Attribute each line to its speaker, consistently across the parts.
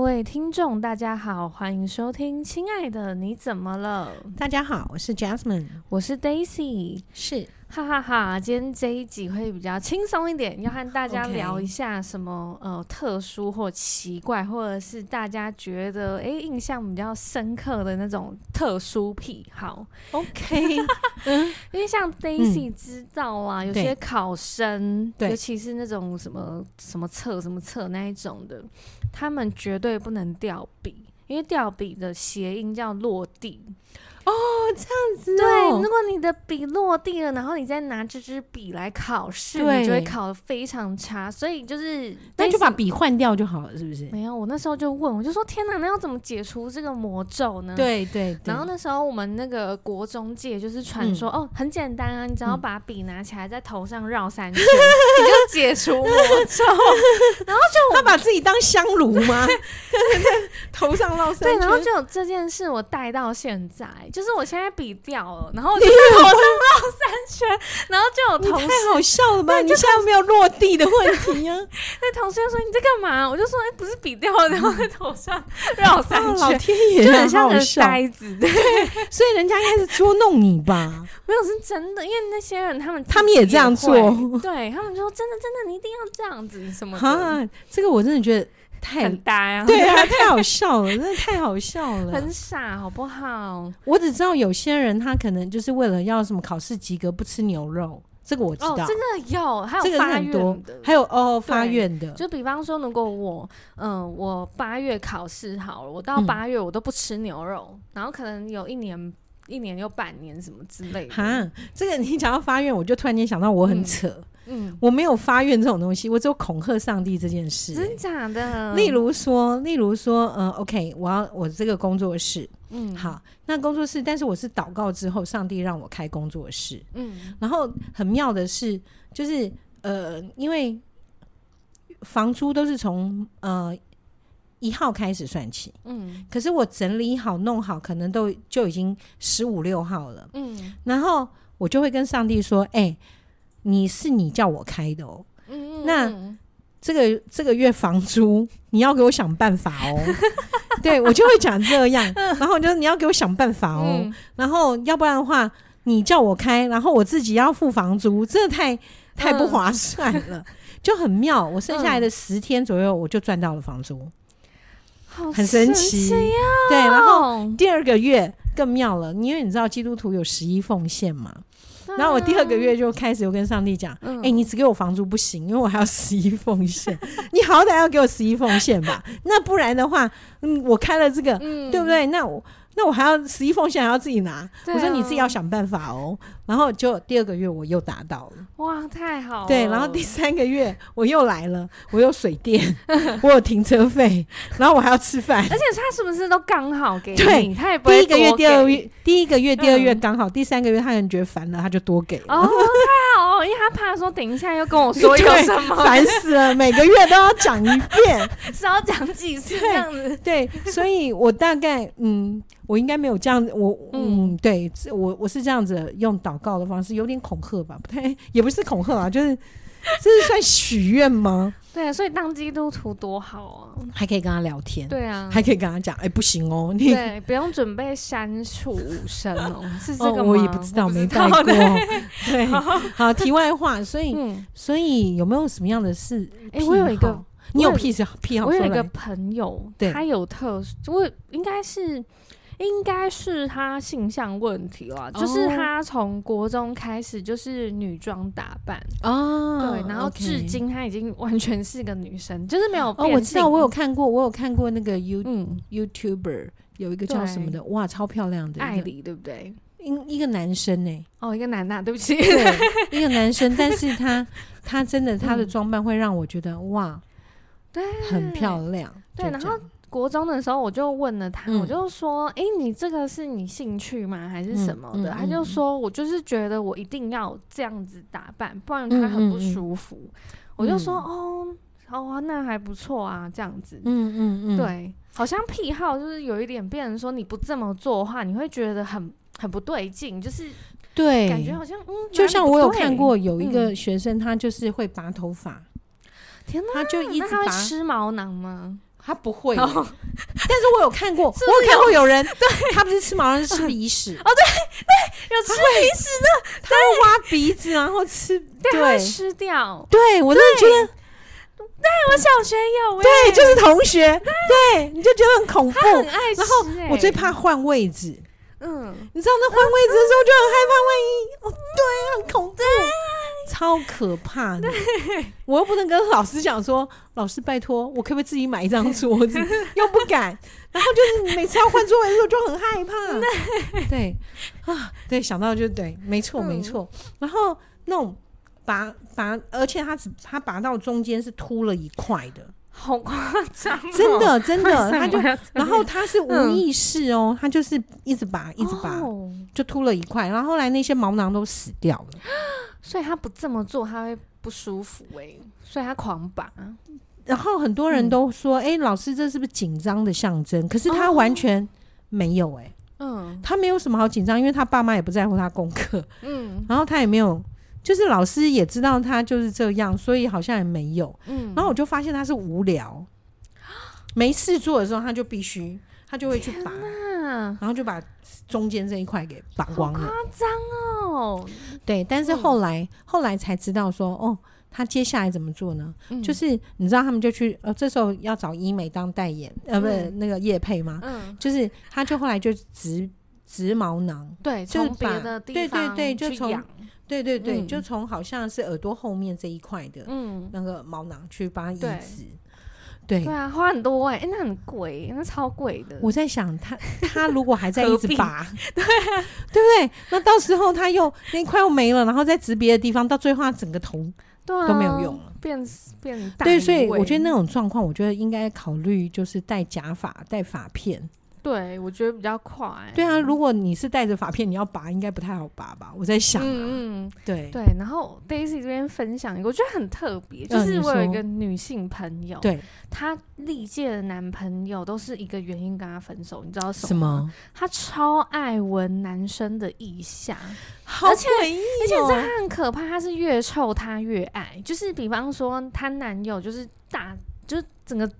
Speaker 1: 位听众，大家好，欢迎收听《亲爱的你怎么了》，
Speaker 2: 大家好，我是 Jasmine，
Speaker 1: 我是 Daisy，
Speaker 2: 是
Speaker 1: 哈哈哈今天这一集会比较轻松一点，要和大家
Speaker 2: OK
Speaker 1: 聊一下什么呃特殊或奇怪，或者是大家觉得诶印象比较深刻的那种特殊癖好。
Speaker 2: OK，
Speaker 1: 因为像 Daisy 知道啊，有些考生，
Speaker 2: 嗯对
Speaker 1: 尤其是那种什么什么测什么测那一种的，他们绝对不能掉笔，因为掉笔的谐音叫落地。对，如果你的笔落地了，然后你再拿这支笔来考试，
Speaker 2: 对
Speaker 1: 你就会考得非常差。所以就是
Speaker 2: 那就
Speaker 1: Daisy-
Speaker 2: 把笔换掉就好了，是不是？
Speaker 1: 没有，我那时候就问，我就说天哪，那要怎么解除这个魔咒呢？
Speaker 2: 对对对，嗯
Speaker 1: 然后那时候我们那个国中界就是传说、哦，很简单啊，你只要把笔拿起来在头上绕三圈，你就解除魔 咒。
Speaker 2: 他把自己当香炉 吗？头上烙三
Speaker 1: 对，
Speaker 2: 圈，
Speaker 1: 然后就有这件事我带到现在，就是我现在笔掉了，然后 我就然后就有
Speaker 2: 你
Speaker 1: 同事
Speaker 2: 太好笑了吧？你现在没有落地的问题啊！
Speaker 1: 那同事就说你在干嘛？我就说哎、不是笔掉了，然后在头 上绕 三
Speaker 2: 啊，老
Speaker 1: 圈。
Speaker 2: 天
Speaker 1: 就
Speaker 2: 爷啊，
Speaker 1: 很像
Speaker 2: 好
Speaker 1: 个
Speaker 2: 好笑。
Speaker 1: 呆子， 对，
Speaker 2: 所以人家应该是捉弄你吧？
Speaker 1: 没有是真的，因为那些人他们
Speaker 2: 他们也这样
Speaker 1: 自己会
Speaker 2: 做
Speaker 1: 对他们就说真的真的，你一定要这样子什么的，
Speaker 2: 哈，这个我真的觉得太
Speaker 1: 很呆啊，
Speaker 2: 对啊， 太好笑了，真的太好笑了
Speaker 1: 很。傻，好不好？
Speaker 2: 我只知道有些人他可能就是为了要什么考试及格不吃牛肉，这个我知
Speaker 1: 哦
Speaker 2: 道，，
Speaker 1: 这个有，还
Speaker 2: 这
Speaker 1: 有
Speaker 2: 个是
Speaker 1: 发
Speaker 2: 很多
Speaker 1: 愿的，。
Speaker 2: 还有哦
Speaker 1: 对
Speaker 2: 发愿的，
Speaker 1: 就比方说，如果我，嗯、我八月考试好了，我到
Speaker 2: 嗯
Speaker 1: 八月我都不吃牛肉，然后可能有一年、一年又半年什么之类的。
Speaker 2: 哈，这个你讲到发愿，我就突然间想到我很
Speaker 1: 嗯
Speaker 2: 扯，
Speaker 1: 嗯，
Speaker 2: 我没有发愿这种东西，我只有恐吓上帝这件事、
Speaker 1: 真假的？
Speaker 2: 例，如说，例如说，呃，OK，我要我这个工作室，
Speaker 1: 嗯，，
Speaker 2: 好，那工作室，但是我是祷告之后，上帝让我开工作室。
Speaker 1: 嗯，
Speaker 2: 然后很妙的是，就是呃，因为房租都是从呃一号开始算起，
Speaker 1: 嗯，
Speaker 2: 可是我整理好、弄好，可能都就已经十五六号了。
Speaker 1: 嗯，
Speaker 2: 然后我就会跟上帝说：“哎、你是你叫我开的哦，
Speaker 1: 嗯，
Speaker 2: 那
Speaker 1: 嗯
Speaker 2: 这个这个月房租你要给我想办法哦。对”我就会讲这样，然后我就你要给我想办法哦，
Speaker 1: 嗯
Speaker 2: 然后要不然的话你叫我开，然后我自己要付房租，这太太不划算了。 就很妙，我剩下来的十天左右，我就赚到了房租，
Speaker 1: 好
Speaker 2: 很神奇。对，然后
Speaker 1: 哦。
Speaker 2: 第二个月更妙了，因为你知道基督徒有十一奉献嘛，
Speaker 1: 对
Speaker 2: 然后我第二个
Speaker 1: 啊，
Speaker 2: 月就开始又跟上帝讲，哎、
Speaker 1: 嗯
Speaker 2: 你只给我房租不行，因为我还要十一奉献， 你好歹要给我十一奉献吧，那不然的话，嗯，我开了这个，
Speaker 1: 嗯
Speaker 2: 对不？对？那我那我还要十一奉献还要自己拿，
Speaker 1: 对
Speaker 2: 我说
Speaker 1: 啊
Speaker 2: 你自己要想办法哦。然后就第二个月我又达到了，
Speaker 1: 哇，太好了。
Speaker 2: 对，然后第三个月我又来了，我有水电， 我有停 车费，然后我还要吃饭。
Speaker 1: 而且他是不是都刚好给
Speaker 2: 对
Speaker 1: 你？他也不
Speaker 2: 第
Speaker 1: 会
Speaker 2: 一个月、
Speaker 1: 多
Speaker 2: 第二
Speaker 1: 给
Speaker 2: 月，第一个月、第二月
Speaker 1: 嗯
Speaker 2: 刚好，第三个月他可能觉得烦了，他就多给了。
Speaker 1: 哦，太好哦，因为他怕说等一下又跟我说有
Speaker 2: 对
Speaker 1: 什么，
Speaker 2: 烦死了，每个月都要讲一遍。
Speaker 1: 是要讲几次这样子。
Speaker 2: 对，所以我大概嗯，我应该没有这样，我嗯
Speaker 1: 嗯
Speaker 2: 对这我我是这样子用祷告的方式，有点恐吓吧，不太也不是恐吓啊，就是这是算许愿吗？
Speaker 1: 对，啊所以当基督徒多好啊！
Speaker 2: 还可以跟他聊天，
Speaker 1: 对啊，
Speaker 2: 嗯还可以跟他讲，哎、不行哦，你。
Speaker 1: 对，不用准备删除无声 哦，是这
Speaker 2: 哦，
Speaker 1: 个吗？
Speaker 2: 我也不知道，没拜过。对，好，题外话，所 以，
Speaker 1: 嗯，
Speaker 2: 所以有没有什么样的事？
Speaker 1: 哎我有一个
Speaker 2: 癖好，你有
Speaker 1: 我有
Speaker 2: 癖好？癖好，
Speaker 1: 我有一个，朋友，
Speaker 2: 对
Speaker 1: 他有特殊，我应该是。应该是他性向问题啦，就是
Speaker 2: 哦
Speaker 1: 他从国中开始就是女装打扮，
Speaker 2: 哦，
Speaker 1: 对，然后
Speaker 2: OK
Speaker 1: 至今她已经完全是个女生，就是没有
Speaker 2: 哦，
Speaker 1: 变
Speaker 2: 我知道，
Speaker 1: 性
Speaker 2: 我有看过，我有看过那个 You
Speaker 1: 嗯
Speaker 2: YouTuber 有一个叫什么的，哇，超漂亮的，
Speaker 1: 艾
Speaker 2: 一个
Speaker 1: 莉对不对？
Speaker 2: 一一个男 生呢、
Speaker 1: 哦，一个男的，对不起，
Speaker 2: 对，一个男生，但 是他他真的他的
Speaker 1: 嗯
Speaker 2: 装扮会让我觉得哇，
Speaker 1: 对，
Speaker 2: 很漂亮。
Speaker 1: 对
Speaker 2: 就
Speaker 1: 然
Speaker 2: 这样
Speaker 1: 国中的时候，我就问了他，
Speaker 2: 嗯
Speaker 1: 我就说：“诶，你这个是你兴趣吗？还是什么的？”
Speaker 2: 嗯嗯
Speaker 1: 他就说：“我就是觉得我一定要这样子打扮，不然他很不舒服。
Speaker 2: 嗯
Speaker 1: 我就说：“哦，哦，那还不错啊，这样子。
Speaker 2: 嗯嗯嗯，，
Speaker 1: 对，好像癖好就是有一点变成说，你不这么做的话，你会觉得很很不对劲，就是
Speaker 2: 对，
Speaker 1: 感觉好像嗯，
Speaker 2: 就像我有
Speaker 1: 哪里不对嗯
Speaker 2: 看过，有一个学生，他就是会拔头发，
Speaker 1: 天哪，
Speaker 2: 他就一直
Speaker 1: 那他
Speaker 2: 拔
Speaker 1: 会，吃毛囊吗？
Speaker 2: 他不会耶。
Speaker 1: 然后
Speaker 2: 但是我有看 过，
Speaker 1: 是不哦
Speaker 2: 我
Speaker 1: 是
Speaker 2: 有看过有人，对，他不是吃毛人吃 鼻屎，
Speaker 1: 有吃鼻屎的，
Speaker 2: 他会挖鼻子，然后吃，
Speaker 1: 对，它会
Speaker 2: 对，
Speaker 1: 吃掉。
Speaker 2: 对我真的觉得，
Speaker 1: 对我小学有、欸，
Speaker 2: 对，就是同学，对，你就觉得很哎恐怖。
Speaker 1: 他很爱吃、欸
Speaker 2: 然后我最，怕换位置，
Speaker 1: 嗯，
Speaker 2: 你知道那换位置的时候就很害怕，万一哦，对，很恐怖，超可怕的。我又不能跟老师讲说，老师拜托，我可不可以自己买一张桌 子？又不敢，然后就是你每次要换座位的时候就很害怕。 对啊，对，想到就对，没错
Speaker 1: 嗯
Speaker 2: 没错。然后那种拔拔，而且它只它拔到中间是凸了一块的，
Speaker 1: 好夸张哦、
Speaker 2: 真的真 的，它就。 然后它是无
Speaker 1: 嗯
Speaker 2: 意识哦，它就是一直拔，一直拔，
Speaker 1: 哦
Speaker 2: 就秃了一块，然后后来那些毛囊都死掉了。
Speaker 1: 所以他不这么做，他会不舒服哎、所以他狂拔。
Speaker 2: 然后很多
Speaker 1: 嗯
Speaker 2: 人都说：“哎、老师，这是不是紧张的象征？”可是他
Speaker 1: 哦
Speaker 2: 完全没有、诶，哎，
Speaker 1: 嗯
Speaker 2: 他没有什么好紧张，因为他爸妈也不在乎他功课，
Speaker 1: 嗯
Speaker 2: 然后他也没有，就是老师也知道他就是这样，所以好像也没有。
Speaker 1: 嗯，
Speaker 2: 然后我就发现他是无聊，没事做的时候他就必须，他就会去拔，
Speaker 1: 啊，
Speaker 2: 然后就把中间这一块给拔
Speaker 1: 好
Speaker 2: 光了
Speaker 1: 夸。张哦，
Speaker 2: 对，但是后来、后来才知道说，哦，他接下来怎么做呢？
Speaker 1: 嗯
Speaker 2: 就是你知道他们就去呃，这时候要找医美当代言，呃，不是、
Speaker 1: 嗯
Speaker 2: 那个叶配吗？
Speaker 1: 嗯，
Speaker 2: 就是他就后来就植植毛囊，
Speaker 1: 对，
Speaker 2: 就是
Speaker 1: 从别
Speaker 2: 把
Speaker 1: 的地
Speaker 2: 对对
Speaker 1: 方
Speaker 2: 对就
Speaker 1: 去
Speaker 2: 从
Speaker 1: 养
Speaker 2: 对对对，
Speaker 1: 嗯
Speaker 2: 就从好像是耳朵后面这一块的
Speaker 1: 嗯，
Speaker 2: 那个毛囊去把它移
Speaker 1: 对
Speaker 2: 植。对，
Speaker 1: 对啊，花很多哎、欸，那很贵欸，那超贵的。
Speaker 2: 我在想他他如 果还在一
Speaker 1: 何
Speaker 2: 直
Speaker 1: 必
Speaker 2: 拔，对不对？那到时候他又那一块又没了，然后再植别的地方，到最后他整个头
Speaker 1: 对啊，
Speaker 2: 都没有用了，
Speaker 1: 变变大。
Speaker 2: 对，所以我觉得那，种状况，我觉得应该考虑就是戴假发、戴发片。
Speaker 1: 对我觉得比较快。嗯
Speaker 2: 对啊，如果你是戴着发片，你要拔应该不太好拔吧？我在想啊、
Speaker 1: 嗯嗯，
Speaker 2: 对
Speaker 1: 对。然后 Daisy 这边分享一个，我觉得很特别，就
Speaker 2: 嗯
Speaker 1: 是
Speaker 2: 你
Speaker 1: 我有一
Speaker 2: 说
Speaker 1: 个女性朋友，
Speaker 2: 对，
Speaker 1: 她历届的男朋友都是一个原因跟她分手，你知道
Speaker 2: 什
Speaker 1: 么吗？
Speaker 2: 么？
Speaker 1: 她超爱闻男生的腋下，
Speaker 2: 好
Speaker 1: 而且
Speaker 2: 诡异
Speaker 1: 而且
Speaker 2: 哦
Speaker 1: 这她很可怕，她是越臭她越爱，就是比方说她男友就是大，就是整个。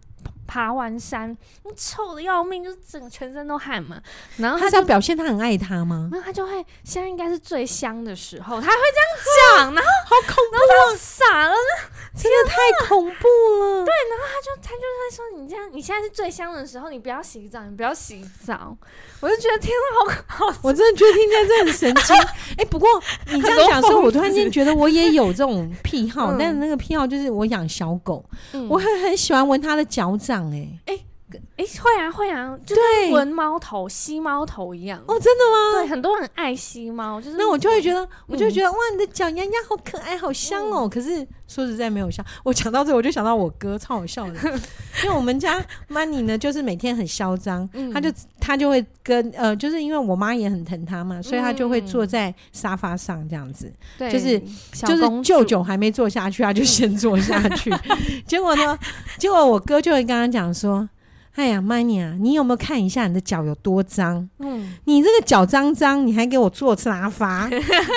Speaker 1: 爬完山，嗯臭的要命，就是整个全身都汗嘛。然后她
Speaker 2: 他是要表现他很爱他吗？
Speaker 1: 没有，他就会现在应该是最香的时候，他还会这样讲，然后好恐
Speaker 2: 哦
Speaker 1: 怖，然后他就傻了，
Speaker 2: 真的太恐怖了。对，
Speaker 1: 他就他就会说你这样，你现在是最香的时候，你不要洗澡，你不要洗澡，我就觉得天哪，好好，
Speaker 2: 我真的觉得听起来真的很神经。 哎、不过你这
Speaker 1: 很
Speaker 2: 样
Speaker 1: 多
Speaker 2: 讲说，
Speaker 1: 疯
Speaker 2: 我突然
Speaker 1: 子
Speaker 2: 间觉得我也有这种癖好，
Speaker 1: 嗯
Speaker 2: 但是那个癖好就是我养小狗，
Speaker 1: 嗯
Speaker 2: 我会很喜欢闻它的脚掌、哎，
Speaker 1: 诶，会啊会啊，就
Speaker 2: 对
Speaker 1: 跟闻猫头、吸猫头一样，
Speaker 2: 哦，真的吗？
Speaker 1: 对，很多人爱吸猫，就是
Speaker 2: 那我就会觉得，我就会
Speaker 1: 嗯
Speaker 2: 觉得、哇，你的脚丫丫好可爱，好香哦。可是说实在没有香。我讲到这，我就想到我哥，超好笑 的。因为我们家 Money 呢，就是每天很嚣张，
Speaker 1: 嗯
Speaker 2: 他就他就会跟呃，就是因为我妈也很疼他嘛，所以他就会坐在沙发上这样子，
Speaker 1: 对
Speaker 2: 就是
Speaker 1: 嗯小
Speaker 2: 就是
Speaker 1: 公
Speaker 2: 舅
Speaker 1: 主
Speaker 2: 舅还没坐下去，他就先坐下 去。结果呢，结果我哥就会跟他讲说。哎呀，Money 啊，你有没有看一下你的脚有多脏？
Speaker 1: 嗯，
Speaker 2: 你这个脚脏脏，你还给我坐沙发，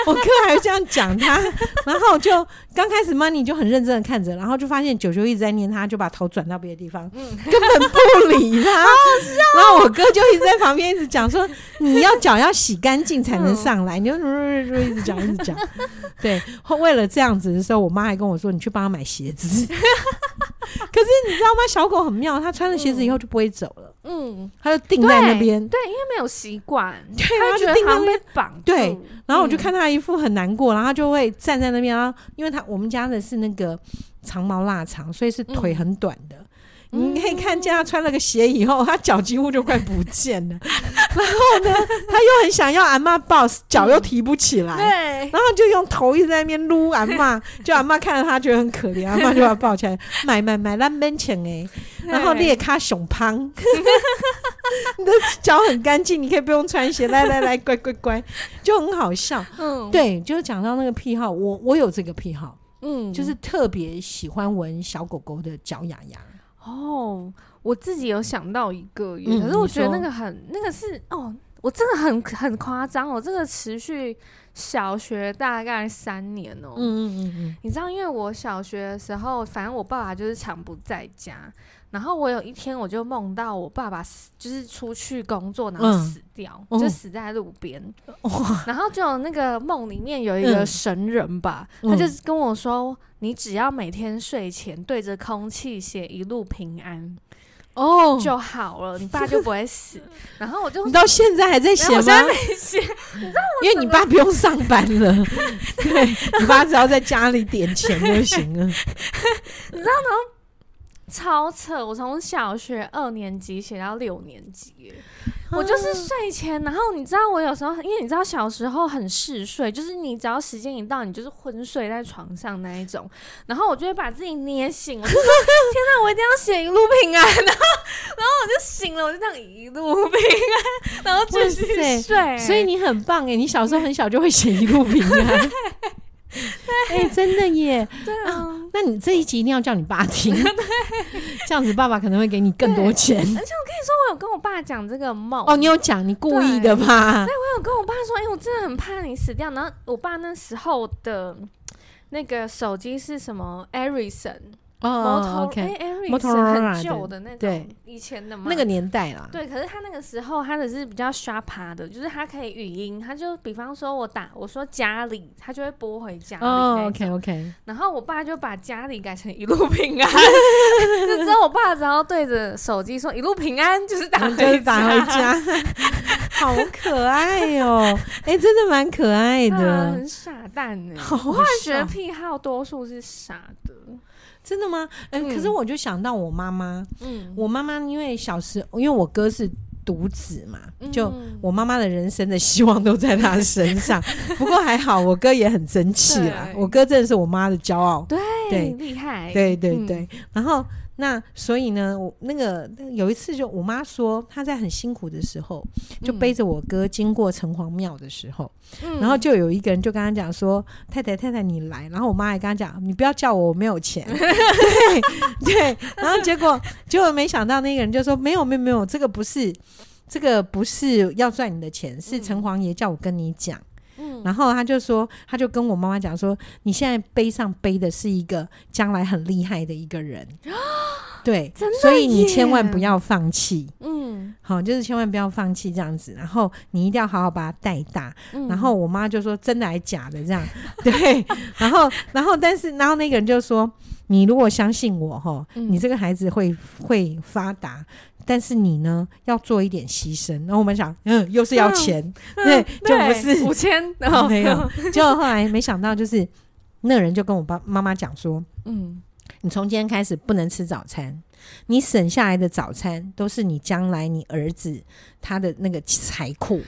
Speaker 2: 我哥还这样讲他，然后就刚开始 Money 就很认真的看着，然后就发现九九一直在念他，就把头转到别的地方，根本不理他。然后我哥就一直在旁边一直讲说，你要脚要洗干净才能上来，你就一直讲一直讲。对，后为了这样子的时候，我妈还跟我说，你去帮他买鞋子。可是你知道吗？小狗很妙，它穿了鞋子以后就不会走了，
Speaker 1: 嗯，
Speaker 2: 它就定在那边。
Speaker 1: 对，因为没有习惯，
Speaker 2: 对
Speaker 1: 他
Speaker 2: 它
Speaker 1: 会觉
Speaker 2: 就
Speaker 1: 得
Speaker 2: 定
Speaker 1: 好
Speaker 2: 在
Speaker 1: 像
Speaker 2: 那边
Speaker 1: 被绑住，
Speaker 2: 对然后我
Speaker 1: 嗯
Speaker 2: 就看他一副很难过，然后他就会站在那边，然后因为他我们家的是那个长毛腊肠，所以是腿很短的。
Speaker 1: 嗯
Speaker 2: 你可以看见他穿了个鞋以后，他脚几乎就快不见了。 然后呢，他又很想要阿妈抱，脚又提不起来，
Speaker 1: 对，
Speaker 2: 然后就用头一直在那边撸阿妈，就阿妈看到他觉得很可怜，阿妈就把他抱起来，买买买，咱们钱哎，然后裂卡熊胖， 你的脚很干净，你可以不用穿鞋，来来来，乖乖乖，就很好笑。
Speaker 1: 嗯，
Speaker 2: 对，就是讲到那个癖好，我我有这个癖好，
Speaker 1: 嗯，
Speaker 2: 就是特别喜欢闻小狗狗的脚丫丫。
Speaker 1: 哦，我自己有想到一个耶，
Speaker 2: 嗯
Speaker 1: 可是我
Speaker 2: 你
Speaker 1: 觉得那
Speaker 2: 说
Speaker 1: 个很，那个是哦，我这个很很夸张哦，这个持续小学大概三年哦。
Speaker 2: 嗯嗯嗯
Speaker 1: 你知道，因为我小学的时候，反正我爸爸就是常不在家，然后我有一天我就梦到我爸爸死，就是出去工作然后
Speaker 2: 嗯
Speaker 1: 死掉，
Speaker 2: 哦
Speaker 1: 就死在路边。
Speaker 2: 哇，
Speaker 1: 然后就有那个梦里面有一个
Speaker 2: 嗯
Speaker 1: 神人吧，
Speaker 2: 嗯
Speaker 1: 他就是跟我说，你只要每天睡前对着空气写一路平安
Speaker 2: 哦，
Speaker 1: 就好了，你爸就不会死。然后我就
Speaker 2: 你。到现在还在
Speaker 1: 然后
Speaker 2: 写
Speaker 1: 我现
Speaker 2: 吗
Speaker 1: 在？没写，
Speaker 2: 因为你爸不用上班了， 对你爸只要在家里点钱就 行了。
Speaker 1: 超扯！我从小学二年级写到六年级耶，
Speaker 2: 啊
Speaker 1: 我就是睡前，然后你知道我有时候，因为你知道小时候很嗜睡，就是你只要时间一到，你就是昏睡在床上那一种，然后我就会把自己捏醒，我就 说：“天哪，我一定要写一路平安。”啊然后，然后我就醒了，我就这样一路平安，然后继续
Speaker 2: 哇
Speaker 1: 睡。
Speaker 2: 所以你很棒哎，你小时候很小就会写一路平安。啊 哎、真的耶！
Speaker 1: 对啊，
Speaker 2: 那你这一集一定要叫你爸 听，这样子爸爸可能会给你更多钱。
Speaker 1: 我有跟我爸讲这个梦
Speaker 2: 哦，你有讲，你故意的吧？
Speaker 1: 我有跟我爸说，哎、我真的很怕你死掉。然后我爸那时候的那个手机是什么 Ericsson，摩
Speaker 2: 哦
Speaker 1: 托
Speaker 2: ，OK，
Speaker 1: 哎 Ericsson
Speaker 2: Motorola
Speaker 1: 很旧的那种
Speaker 2: 对，
Speaker 1: 以前的嘛。
Speaker 2: 那个年代啦，
Speaker 1: 对，可是他那个时候他的是比较刷爬的，就是他可以语音，他就比方说我打我说家里，他就会拨回家里那
Speaker 2: 哦
Speaker 1: 一种。
Speaker 2: ，OK OK，
Speaker 1: 然后我爸就把家里改成一路平 安， 就之后我爸只要对着手机说一路平安，就是打回
Speaker 2: 嗯就是打回家， 好可爱哦！哎，真的蛮可爱
Speaker 1: 对啊
Speaker 2: 欸的，
Speaker 1: 很傻蛋哎、
Speaker 2: 好哦
Speaker 1: 我会觉得
Speaker 2: 笑
Speaker 1: 癖好多数是傻的，
Speaker 2: 真的吗？哎，
Speaker 1: 嗯
Speaker 2: 可是我就想到我妈妈，
Speaker 1: 嗯，
Speaker 2: 我妈妈因为小时，因为我哥是独子嘛，就。
Speaker 1: 嗯
Speaker 2: 我妈妈的人生的希望都在她身 上，不过还好，我哥也很争气啦。
Speaker 1: 对
Speaker 2: 我哥真的是我妈的骄傲，
Speaker 1: 对
Speaker 2: 对
Speaker 1: 厉害，
Speaker 2: 对对
Speaker 1: 嗯
Speaker 2: 对，然后那所以呢，我那个那有一次就我妈说她在很辛苦的时候，就背着我哥经过城隍庙的时候，
Speaker 1: 嗯，
Speaker 2: 然后就有一个人就跟她讲说：“太太太太，你来。”然后我妈还跟她讲：“你不要叫我，我没有钱。” 对对，然后结果结果没想到那个人就说：“没有没有没有，这个不是。”这个不是要赚你的钱，是城隍爷叫我跟你讲。
Speaker 1: 嗯，
Speaker 2: 然后他就说，他就跟我妈妈讲说，你现在背上背的是一个将来很厉害的一个人，对
Speaker 1: 啊真的，
Speaker 2: 所以你
Speaker 1: 耶
Speaker 2: 千万不要放弃，
Speaker 1: 嗯
Speaker 2: 好，就是千万不要放弃这样子。然后你一定要好好把它带大。
Speaker 1: 嗯，
Speaker 2: 然后我妈就说，真的还假的这样？ 对。然后，然后，但是，然后那个人就说，你如果相信我，哈，
Speaker 1: 嗯
Speaker 2: 你这个孩子会会发达。但是你呢，要做一点牺牲。然后我们想，嗯，又是要
Speaker 1: 嗯
Speaker 2: 钱，
Speaker 1: 嗯
Speaker 2: 对就不是哦
Speaker 1: 五 千，然后
Speaker 2: 没有，结果后来没想到，就是那人就跟我爸妈妈讲说，
Speaker 1: 嗯，
Speaker 2: 你从今天开始不能吃早餐，你省下来的早餐都是你将来你儿子他的那个财库。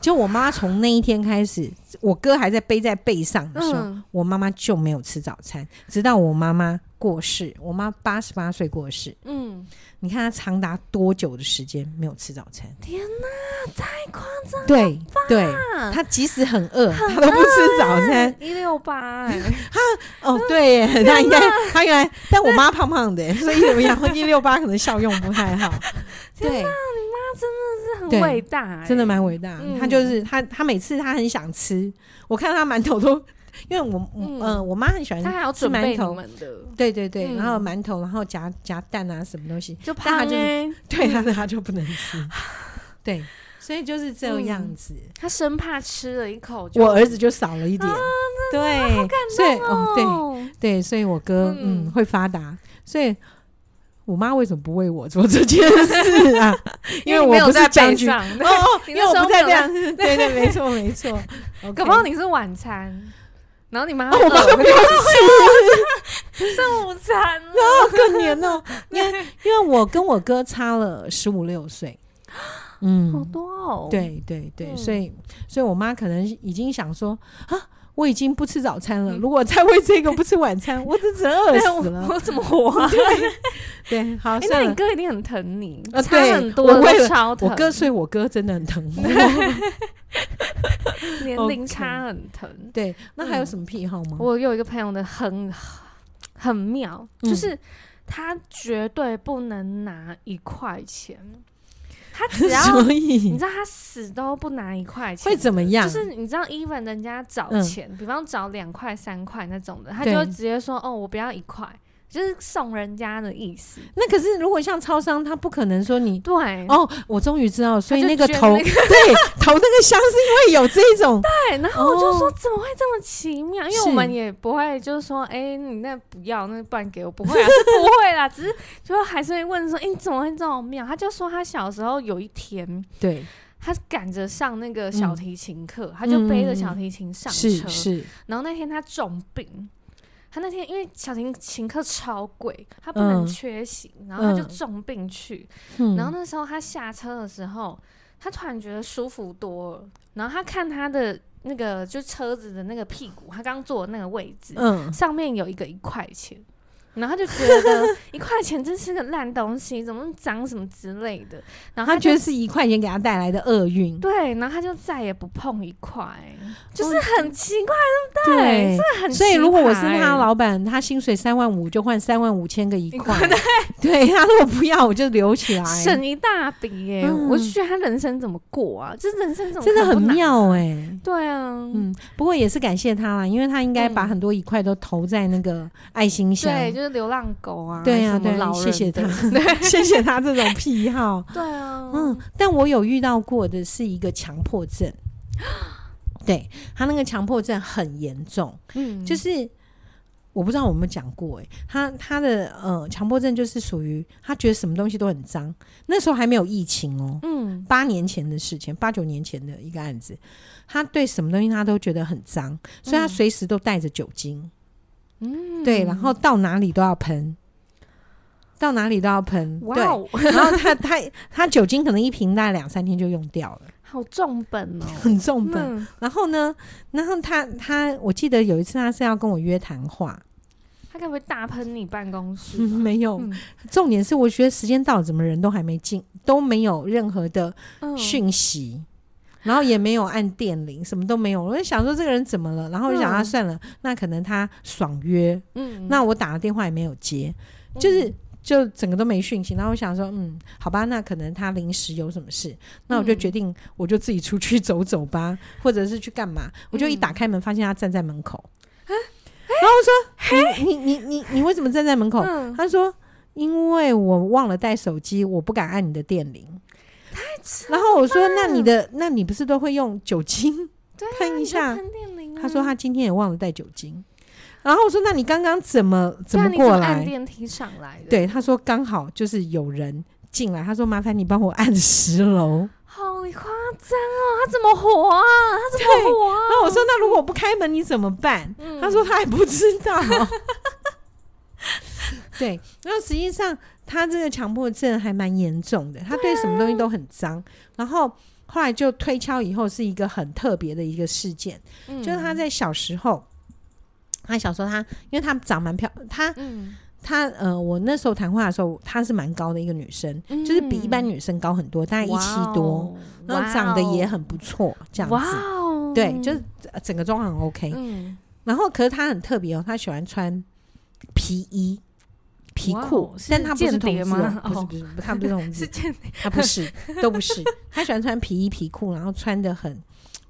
Speaker 2: 就我妈从那一天开始，我哥还在背在背上的时候，
Speaker 1: 嗯
Speaker 2: 我妈妈就没有吃早餐，直到我妈妈过世，我妈八十八岁过世，
Speaker 1: 嗯，
Speaker 2: 你看她长达多久的时间没有吃早餐？
Speaker 1: 天哪，太夸张了，
Speaker 2: 对对，
Speaker 1: 吧
Speaker 2: 她即使很饿，她都不吃早餐。
Speaker 1: 一六八，哎
Speaker 2: 哦，对 耶，他应该他原来，但我妈胖胖的耶，所以怎么样， 一六八可能效用不太好。对，
Speaker 1: 这很
Speaker 2: 对
Speaker 1: 伟大，哎
Speaker 2: 真的？蛮伟大
Speaker 1: 嗯。
Speaker 2: 他就是他，他每次他很想吃，我看他馒头都， 因为我
Speaker 1: 嗯
Speaker 2: 嗯、呃我妈很喜
Speaker 1: 他
Speaker 2: 欢，
Speaker 1: 还要
Speaker 2: 吃
Speaker 1: 准
Speaker 2: 馒
Speaker 1: 备你
Speaker 2: 头
Speaker 1: 们的，
Speaker 2: 对对对，
Speaker 1: 嗯
Speaker 2: 然后馒头，然后夹夹蛋啊，什么东西，
Speaker 1: 就欸
Speaker 2: 但
Speaker 1: 怕
Speaker 2: 他就是
Speaker 1: 呢，
Speaker 2: 对他他就不能 吃。对，所以就是这样子。
Speaker 1: 他生怕吃了一口就，
Speaker 2: 我儿子就少了一
Speaker 1: 啊
Speaker 2: 点，对，所以哦，对，
Speaker 1: 哦，
Speaker 2: 对，所以我哥
Speaker 1: 嗯
Speaker 2: 嗯会发达，所以我妈为什么不为我做这件事 啊？因为
Speaker 1: 你没
Speaker 2: 我
Speaker 1: 有
Speaker 2: 不是
Speaker 1: 在
Speaker 2: 将
Speaker 1: 背
Speaker 2: 军，哦
Speaker 1: 上，
Speaker 2: 哦，
Speaker 1: 你
Speaker 2: 因
Speaker 1: 那
Speaker 2: 为我
Speaker 1: 时候
Speaker 2: 不在
Speaker 1: 没有
Speaker 2: 这样， 对对，没错没错。
Speaker 1: 搞不好你是晚餐，然后你妈
Speaker 2: 哦我妈
Speaker 1: 饿
Speaker 2: 都不要吃，
Speaker 1: 剩午餐啊了，
Speaker 2: 更年哦，因为因为我跟我哥差了十五六岁，
Speaker 1: 好
Speaker 2: 嗯，
Speaker 1: 多哦。，
Speaker 2: 对对对，
Speaker 1: 嗯
Speaker 2: 所以所以我妈可能已经想说啊。我已经不吃早餐了，如果再为这个不吃晚餐，我只只能饿
Speaker 1: 嗯 但我
Speaker 2: 死了。
Speaker 1: 我怎么活 啊？
Speaker 2: 对，好，
Speaker 1: 哎，
Speaker 2: 算
Speaker 1: 那
Speaker 2: 了
Speaker 1: 你哥一定很疼你，
Speaker 2: 啊
Speaker 1: 差
Speaker 2: 对
Speaker 1: 很
Speaker 2: 我
Speaker 1: 多，
Speaker 2: 为了
Speaker 1: 超
Speaker 2: 我
Speaker 1: 疼，
Speaker 2: 哥，所以我哥真的 很疼我。
Speaker 1: 年龄
Speaker 2: OK
Speaker 1: 差很疼。
Speaker 2: 对，那还有
Speaker 1: 嗯
Speaker 2: 什么癖好吗？
Speaker 1: 我有一个朋友的很很妙，
Speaker 2: 嗯
Speaker 1: 就是他绝对不能拿一块钱， 他只要
Speaker 2: 所
Speaker 1: 你
Speaker 2: 以
Speaker 1: 知道他死都不拿一块钱，
Speaker 2: 会怎么样？
Speaker 1: 就是你知道，even 人家找
Speaker 2: 嗯
Speaker 1: 钱，比方找两块、三块那种的，他就
Speaker 2: 对
Speaker 1: 会直接说：“哦，我不要一块，就是送人家的意思。
Speaker 2: 那可是如果像超商，他不可能说你
Speaker 1: 对，
Speaker 2: 哦，我终于知道，所以
Speaker 1: 就
Speaker 2: 那个
Speaker 1: 捐
Speaker 2: 头、
Speaker 1: 那
Speaker 2: 对头那个香是因为有这一 种，
Speaker 1: 对，然后我就说
Speaker 2: 哦
Speaker 1: 怎么会这么奇妙？因为
Speaker 2: 是
Speaker 1: 我们也不会就是说，哎、你那不要，那不然给我，不会啊，是不会啦， 只是就还是会问说，哎、你怎么会这么妙？他就说他小时候有一天，
Speaker 2: 对，
Speaker 1: 他赶着上那个小提琴课，他就背着小提琴上车，
Speaker 2: 嗯是是，
Speaker 1: 然后那天他重病。他那天因为小提琴课超贵，他不能
Speaker 2: 嗯
Speaker 1: 缺席，然后他就
Speaker 2: 嗯
Speaker 1: 重病去。
Speaker 2: 嗯
Speaker 1: 然后那时候他下车的时候，他突然觉得舒服多了。然后他看他的那个就车子的那个屁股，他刚坐的那个位置、
Speaker 2: 嗯，
Speaker 1: 上面有一个一块钱，然后他就觉得 一块钱真是个烂东西，怎么那么脏什么之类的。然后他
Speaker 2: 他
Speaker 1: 就
Speaker 2: 觉得是一块钱给他带来的厄运，
Speaker 1: 对，然后他就再也不碰一块，就是很奇怪，对，真的很奇葩欸。
Speaker 2: 哦所以如果我是他老板，他薪水三万五就换三万五千个一块，对他如果不要我就留起来，
Speaker 1: 省一大笔耶、
Speaker 2: 嗯
Speaker 1: 我就觉得他人生怎么过啊？这人生怎么
Speaker 2: 真的
Speaker 1: 可能
Speaker 2: 很
Speaker 1: 不难
Speaker 2: 妙哎、
Speaker 1: 对啊，
Speaker 2: 嗯，不过也是感谢他啦，因为他应该
Speaker 1: 嗯
Speaker 2: 把很多一块都投在那个爱心箱，
Speaker 1: 对，就是流浪狗啊，
Speaker 2: 对啊
Speaker 1: 什么
Speaker 2: 对啊
Speaker 1: 老人的，
Speaker 2: 谢 谢他谢谢他这种癖好。
Speaker 1: 对啊，
Speaker 2: 嗯，但我有遇到过的是一个强迫症， 对他那个强迫症很严重，
Speaker 1: 嗯，
Speaker 2: 就是是我不知道我们讲过、欸，他他的呃强迫症就是属于他觉得什么东西都很脏，那时候还没有疫情哦、
Speaker 1: 嗯
Speaker 2: 八年前的事情，八九年前的一个案子，他对什么东西他都觉得很脏，所以他
Speaker 1: 嗯
Speaker 2: 随时都带着酒精，
Speaker 1: 嗯
Speaker 2: 对，然后到哪里都要喷，到哪里都要喷，
Speaker 1: 哇
Speaker 2: 对，
Speaker 1: 哦，
Speaker 2: 然后他他他酒精可能一瓶大概两三天就用掉了，
Speaker 1: 好重本哦，
Speaker 2: 很重本。
Speaker 1: 嗯
Speaker 2: 然后呢，然后他他我记得有一次他是要跟我约谈话，
Speaker 1: 他该不会大喷你办公室
Speaker 2: 嗯，
Speaker 1: 吧？
Speaker 2: 没有。
Speaker 1: 嗯
Speaker 2: 重点是我觉得时间到了，怎么人都还没进，都没有任何的
Speaker 1: 嗯
Speaker 2: 讯息。然后也没有按电铃，什么都没有。我就想说这个人怎么了？然后我就想
Speaker 1: 嗯
Speaker 2: 啊，算了，那可能他爽约。
Speaker 1: 嗯
Speaker 2: 那我打了电话也没有接，就是就整个都没讯息。然后我想说，嗯，好吧，那可能他临时有什么事，那我就
Speaker 1: 嗯
Speaker 2: 决定我就自己出去走走吧， 或者是去干嘛？我就一
Speaker 1: 嗯
Speaker 2: 打开门，发现他站在门口，然后我说：“哎你你你你你为什么站在门口？”
Speaker 1: 嗯，
Speaker 2: 他说：“因为我忘了带手机，我不敢按你的电铃。”然后我说：“那你的那你不是都会用酒精
Speaker 1: 对啊
Speaker 2: 喷
Speaker 1: 你
Speaker 2: 一
Speaker 1: 就
Speaker 2: 下
Speaker 1: 喷电铃啊。
Speaker 2: 他说他今天也忘了带酒精。然后我说：“那你刚刚怎么怎么
Speaker 1: 对啊你
Speaker 2: 过
Speaker 1: 按
Speaker 2: 来？”
Speaker 1: 电梯上来的？，
Speaker 2: 对，他说刚好就是有人进来，他说：“麻烦你帮我按十
Speaker 1: 哦
Speaker 2: 楼。
Speaker 1: 好夸张哦，他怎么活啊？他怎么活啊？”
Speaker 2: 那我说：“那如果我不开门，你怎么办？”
Speaker 1: 嗯
Speaker 2: 他说：“他还不知 道。”对，那实际上他这个强迫症还蛮严重的，他对什么东西都很脏。然后后来就推敲以后，是一个很特别的一个事件。
Speaker 1: 嗯
Speaker 2: 就是他在小时候，他小时候他因为他长蛮漂，他
Speaker 1: 嗯，
Speaker 2: 他呃，我那时候谈话的时候，她是蛮高的一个女生，就是比一般女生高很多，大概一
Speaker 1: 嗯哇
Speaker 2: 七
Speaker 1: 哦
Speaker 2: 多，，然后长得也很不错，这样
Speaker 1: 哇
Speaker 2: 子。
Speaker 1: 哦，
Speaker 2: 对，就是呃整个妆很 OK，、
Speaker 1: 嗯
Speaker 2: 然后可是她很特别哦，她喜欢穿皮衣、皮
Speaker 1: 哇
Speaker 2: 裤
Speaker 1: 哦，是
Speaker 2: 但她不是
Speaker 1: 间
Speaker 2: 同
Speaker 1: 谍
Speaker 2: 志
Speaker 1: 吗
Speaker 2: 哦，不是
Speaker 1: 哦
Speaker 2: 不是，她不是同
Speaker 1: 是
Speaker 2: 志，
Speaker 1: 间
Speaker 2: 她不是，都不是，她喜欢穿皮衣皮裤，然后穿的很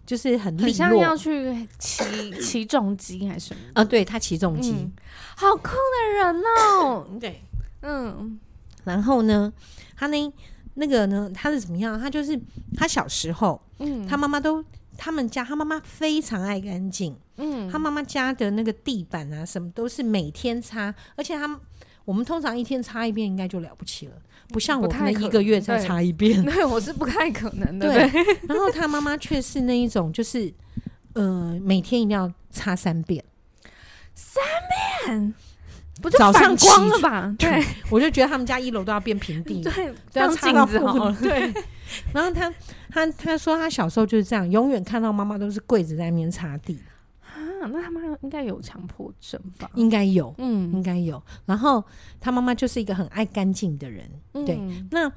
Speaker 2: 就是很利
Speaker 1: 很像要
Speaker 2: 落，
Speaker 1: 去 骑骑重机还是什么？
Speaker 2: 啊，对，她起重机，
Speaker 1: 嗯好酷的人哦！
Speaker 2: 对，
Speaker 1: 嗯
Speaker 2: 然后呢，她那那个呢，她是怎么样？她就是她小时候，
Speaker 1: 嗯，
Speaker 2: 他妈妈都，他们家他妈妈非常爱干净，
Speaker 1: 嗯
Speaker 2: 他妈妈家的那个地板啊，什么都是每天擦，而且他我们通常一天擦一遍应该就了不起了，不像我
Speaker 1: 嗯不太
Speaker 2: 可能
Speaker 1: 可
Speaker 2: 一
Speaker 1: 能
Speaker 2: 个月才
Speaker 1: 对
Speaker 2: 擦 一遍。
Speaker 1: 对我是不太可能的，
Speaker 2: 对，然后他妈妈却是那一种，就是呃，每天一定要擦三遍。
Speaker 1: 不就
Speaker 2: 早
Speaker 1: 反
Speaker 2: 上
Speaker 1: 光了
Speaker 2: 起
Speaker 1: 吧？对
Speaker 2: 我就觉得他们家一楼都要变平地，
Speaker 1: 对，
Speaker 2: 都要
Speaker 1: 当
Speaker 2: 擦到
Speaker 1: 镜子
Speaker 2: 腹
Speaker 1: 好了。
Speaker 2: 对，然后他他他说他小时候就是这样，永远看到妈妈都是跪着在那边擦地，
Speaker 1: 啊，那他妈应该有强迫症吧？
Speaker 2: 应该有。
Speaker 1: 嗯，
Speaker 2: 应该有。然后他妈妈就是一个很爱干净的人。对
Speaker 1: 嗯
Speaker 2: 那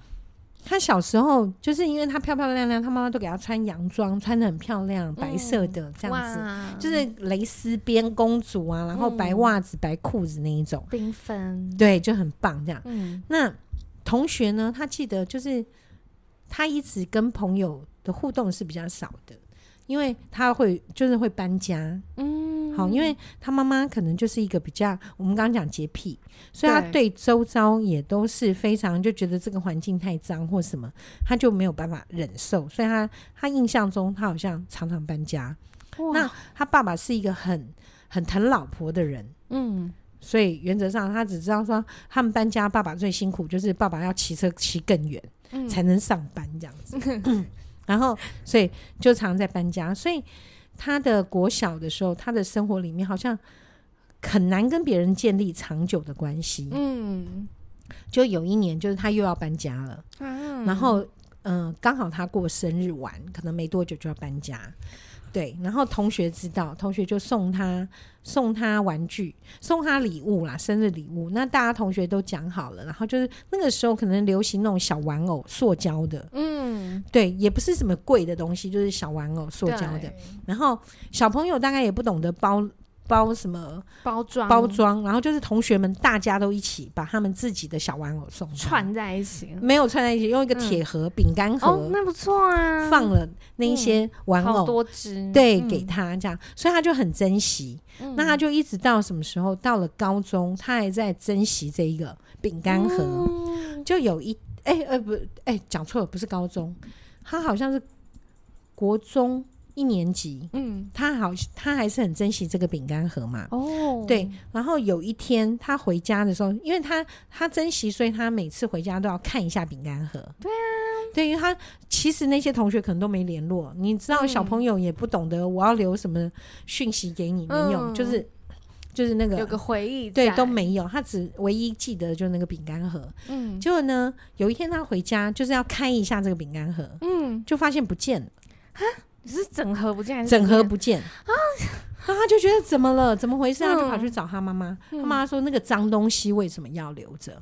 Speaker 2: 他小时候就是因为他漂漂亮亮，他妈妈都给他穿洋装，穿的很漂亮，白色的这样子，
Speaker 1: 嗯哇
Speaker 2: 就是蕾丝边公主啊，然后白
Speaker 1: 嗯
Speaker 2: 袜子、白裤子那一种，
Speaker 1: 缤纷。
Speaker 2: 对，就很棒这样。
Speaker 1: 嗯
Speaker 2: 那同学呢，他记得就是他一直跟朋友的互动是比较少的。因为他会就是会搬家，
Speaker 1: 嗯，
Speaker 2: 好，因为他妈妈可能就是一个比较，我们刚刚讲洁癖，所以他对周遭也都是非常就觉得这个环境太脏或什么，他就没有办法忍受，所以他他印象中他好像常常搬家。那
Speaker 1: 嗯哇，
Speaker 2: 他爸爸是一个很很疼老婆的人，
Speaker 1: 嗯，
Speaker 2: 所以原则上他只知道说他们搬家，爸爸最辛苦就是爸爸要骑车骑更远。
Speaker 1: 嗯
Speaker 2: 才能上班这样 子。嗯然后，所以就常在搬家，所以他的国小的时候，他的生活里面好像很难跟别人建立长久的关系。
Speaker 1: 嗯，
Speaker 2: 就有一年，就是他又要搬家了，
Speaker 1: 然
Speaker 2: 然后嗯、呃刚好他过生日完，可能没多久就要搬家。对，然后同学知道，同学就送他送他玩具，送他礼物啦，生日礼物。那大家同学都讲好了，然后就是那个时候可能流行那种小玩偶，塑胶的，
Speaker 1: 嗯，
Speaker 2: 对，也不是什么贵的东西，就是小玩偶、塑胶的
Speaker 1: 对。
Speaker 2: 然后小朋友大概也不懂得包包什么
Speaker 1: 包装
Speaker 2: 包装，然后就是同学们大家都一起把他们自己的小玩偶送他，
Speaker 1: 串在一起，
Speaker 2: 没有串在一起，用一个铁盒、饼干
Speaker 1: 哦
Speaker 2: 盒、，
Speaker 1: 那不错啊，
Speaker 2: 放了那一些玩
Speaker 1: 好
Speaker 2: 偶，
Speaker 1: 多只，
Speaker 2: 对，
Speaker 1: 嗯
Speaker 2: 给，他这样，所以他就很珍惜。
Speaker 1: 嗯
Speaker 2: 那他就一直到什么时候？到了高中，他还在珍惜这一个饼干盒。
Speaker 1: 嗯
Speaker 2: 就有一哎、呃不哎讲错了，不是高中，他好像是国中一年级，
Speaker 1: 嗯，
Speaker 2: 他好他还是很珍惜这个饼干盒嘛。
Speaker 1: 哦，
Speaker 2: 对，然后有一天他回家的时候，因为他他珍惜，所以他每次回家都要看一下饼干盒。对啊，对，因为他其实那些同学可能都没联络，你知道小朋友也不懂得我要留什么讯息给你，没有，
Speaker 1: 嗯
Speaker 2: 就是就是那个
Speaker 1: 有个回忆在，
Speaker 2: 对都没有，他只唯一记得就是那个饼干盒。
Speaker 1: 嗯，
Speaker 2: 结果呢，有一天他回家就是要开一下这个饼干盒，
Speaker 1: 嗯，
Speaker 2: 就发现不见了，
Speaker 1: 你是整盒不见还是
Speaker 2: 整盒
Speaker 1: 不
Speaker 2: 不见啊！然后他就觉得怎么了，怎么回事
Speaker 1: 嗯
Speaker 2: 啊？他就跑去找他妈妈，他妈妈说那个脏东西为什么要留着？
Speaker 1: 见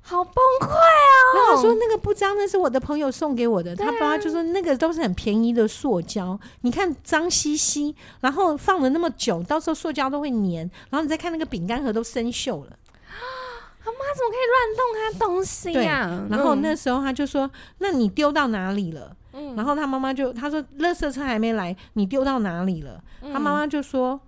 Speaker 1: 好崩溃哦。
Speaker 2: 然后他说那个不脏，那是我的朋友送给我的。他爸妈就说那个都是很便宜的塑胶，你看脏兮兮，然后放了那么久，到时候塑胶都会粘，然后你再看那个饼干盒都生锈了。
Speaker 1: 他怎么可以乱动他东西呀？
Speaker 2: 然后
Speaker 1: 嗯
Speaker 2: 那时候他就说，那你丢到哪里了？然后他妈妈就他说，垃圾车还没来，你丢到哪里了？他
Speaker 1: 嗯
Speaker 2: 妈妈就说，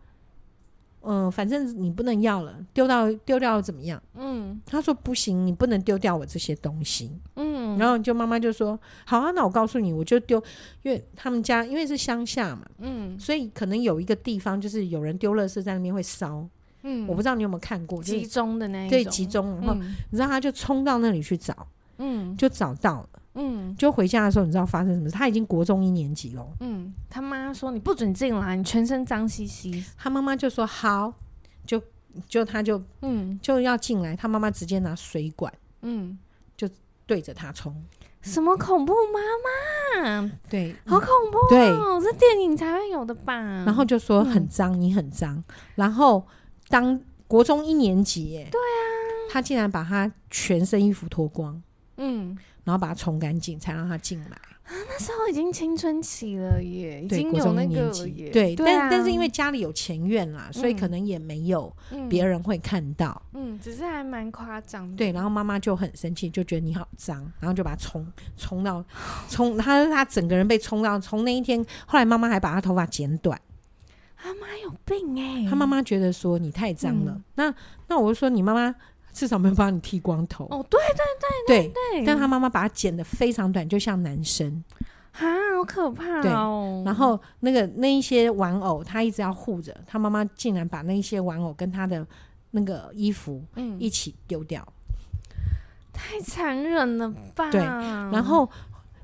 Speaker 2: 嗯、反正你不能要了，丢到丢掉怎么样？
Speaker 1: 嗯
Speaker 2: 他说不行，你不能丢掉我这些东西。
Speaker 1: 嗯
Speaker 2: 然后就妈妈就说，好啊，那我告诉你，我就丢，因为他们家因为是乡下嘛，
Speaker 1: 嗯
Speaker 2: 所以可能有一个地方就是有人丢垃圾在那边会烧，
Speaker 1: 嗯，
Speaker 2: 我不知道你有没有看过，就
Speaker 1: 集
Speaker 2: 是
Speaker 1: 中的那一
Speaker 2: 对
Speaker 1: 种
Speaker 2: 集中，然后
Speaker 1: 嗯
Speaker 2: 你知道他就冲到那里去找，
Speaker 1: 嗯
Speaker 2: 就找到了。
Speaker 1: 嗯
Speaker 2: 就回家的时候，你知道发生什么事？他已经国中一年级了，
Speaker 1: 嗯，他妈说你不准进来，你全身脏兮兮。
Speaker 2: 他妈妈就说好，就就他就
Speaker 1: 嗯
Speaker 2: 就要进来，他妈妈直接拿水管
Speaker 1: 嗯，
Speaker 2: 对着他冲，
Speaker 1: 什么恐怖妈妈？
Speaker 2: 对
Speaker 1: 好恐怖
Speaker 2: 嗯对，
Speaker 1: 哦！这电影才会有的吧？
Speaker 2: 然后就说很脏，你很脏，然后当国中一年级耶，对啊，他竟然把他全身衣服脱光，
Speaker 1: 嗯，
Speaker 2: 然后把他冲干净，才让他进来。
Speaker 1: 那时候已经青春期了耶，已
Speaker 2: 对，
Speaker 1: 经
Speaker 2: 国
Speaker 1: 有
Speaker 2: 中
Speaker 1: 那
Speaker 2: 一年
Speaker 1: 个
Speaker 2: 级
Speaker 1: 了耶。
Speaker 2: 对，
Speaker 1: 啊
Speaker 2: 但但是因为家里有前院啦，所以可
Speaker 1: 嗯
Speaker 2: 能也没有
Speaker 1: 嗯
Speaker 2: 别人会看到。
Speaker 1: 嗯，只是还蛮夸张的。
Speaker 2: 对，然后妈妈就很生气，就觉得你好脏，然后就把他冲冲到冲，他他整个人被冲到，从那一天，后来妈妈还把他头发剪短，
Speaker 1: 他妈有病哎、
Speaker 2: 他妈妈觉得说你太脏了，
Speaker 1: 嗯
Speaker 2: 那那我就说你妈妈至少没有帮你剃光头，
Speaker 1: 哦，对
Speaker 2: 对，
Speaker 1: 对，
Speaker 2: 但他妈妈把他剪得非常短，就像男生，
Speaker 1: 啊，好可怕
Speaker 2: 对
Speaker 1: 哦。
Speaker 2: 然后那个那一些玩偶他一直要护着，他妈妈竟然把那一些玩偶跟他的那个衣服
Speaker 1: 嗯，
Speaker 2: 一起丢掉。
Speaker 1: 太残忍了吧？
Speaker 2: 对然后，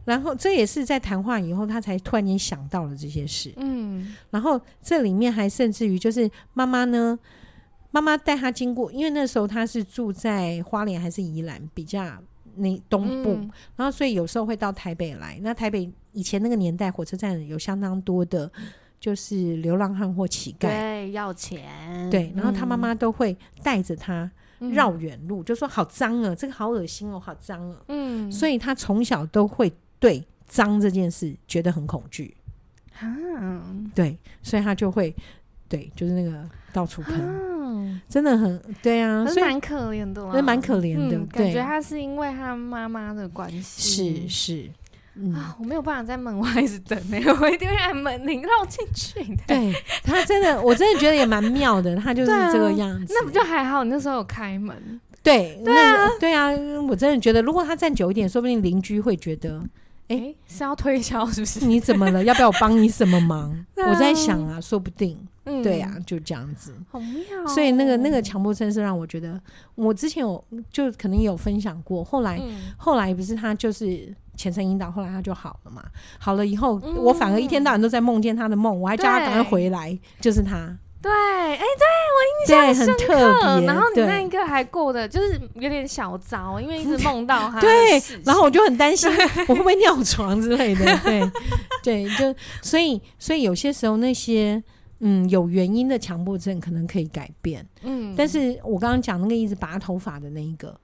Speaker 2: 然后这也是在谈话以后，他才突然间想到了这些事。
Speaker 1: 嗯
Speaker 2: 然后这里面还甚至于就是妈妈呢，妈妈带他经过，因为那时候他是住在花莲还是宜兰比较那东部，
Speaker 1: 嗯
Speaker 2: 然后所以有时候会到台北来。那台北以前那个年代，火车站有相当多的就是流浪汉或乞丐。
Speaker 1: 对要钱
Speaker 2: 对，然后他妈
Speaker 1: 嗯
Speaker 2: 妈都会带着他绕远路，就说好脏啊，这个好恶心哦，好脏哦。
Speaker 1: 嗯，
Speaker 2: 所以他从小都会对脏这件事觉得很恐惧，
Speaker 1: 啊
Speaker 2: 对，所以他就会对，就是那个到处喷，
Speaker 1: 啊，
Speaker 2: 真的很对啊，
Speaker 1: 可
Speaker 2: 所
Speaker 1: 是
Speaker 2: 以
Speaker 1: 蛮可怜的啦，
Speaker 2: 那蛮可怜的，
Speaker 1: 嗯感
Speaker 2: 对
Speaker 1: 觉，他是因为他妈妈的关系，
Speaker 2: 是是，嗯，
Speaker 1: 啊，我没有办法在门外一直等哎、 我一定会按门铃让我进去的。
Speaker 2: 对他真的，我真的觉得也蛮妙的，他就是
Speaker 1: 对啊
Speaker 2: 这个样子。
Speaker 1: 那不就还好？你那时候有开门，
Speaker 2: 对对啊对啊，我真的觉得，如果他站久一点，说不定邻居会觉得
Speaker 1: 哎、
Speaker 2: 哎
Speaker 1: 是要推销是不是？
Speaker 2: 你怎么了，要不要我帮你什么忙？
Speaker 1: 对啊
Speaker 2: 我在想啊，说不定
Speaker 1: 嗯
Speaker 2: 对啊，，就这样子。
Speaker 1: 好妙哦、
Speaker 2: 所以那个那个强迫症是让我觉得，我之前有就可能有分享过，后来、
Speaker 1: 嗯，
Speaker 2: 后来不是他就是前程引导，后来他就好了嘛。好了以后，
Speaker 1: 嗯
Speaker 2: 我反而一天到晚都在梦见他的梦，我还叫他赶快
Speaker 1: 对
Speaker 2: 回来，就是他，
Speaker 1: 对，哎、
Speaker 2: 对，很特别。
Speaker 1: 然后你那一
Speaker 2: 对，
Speaker 1: 个还过得就是有点小糟，因为 一直梦到他的
Speaker 2: 对
Speaker 1: 事情。
Speaker 2: 然后我就很担心我会不会尿床之 类的，对对，就所以所以有些时候那些。嗯，有原因的强迫症可能可以改变，
Speaker 1: 嗯
Speaker 2: 但是我刚刚讲那个一直拔头发的那一个，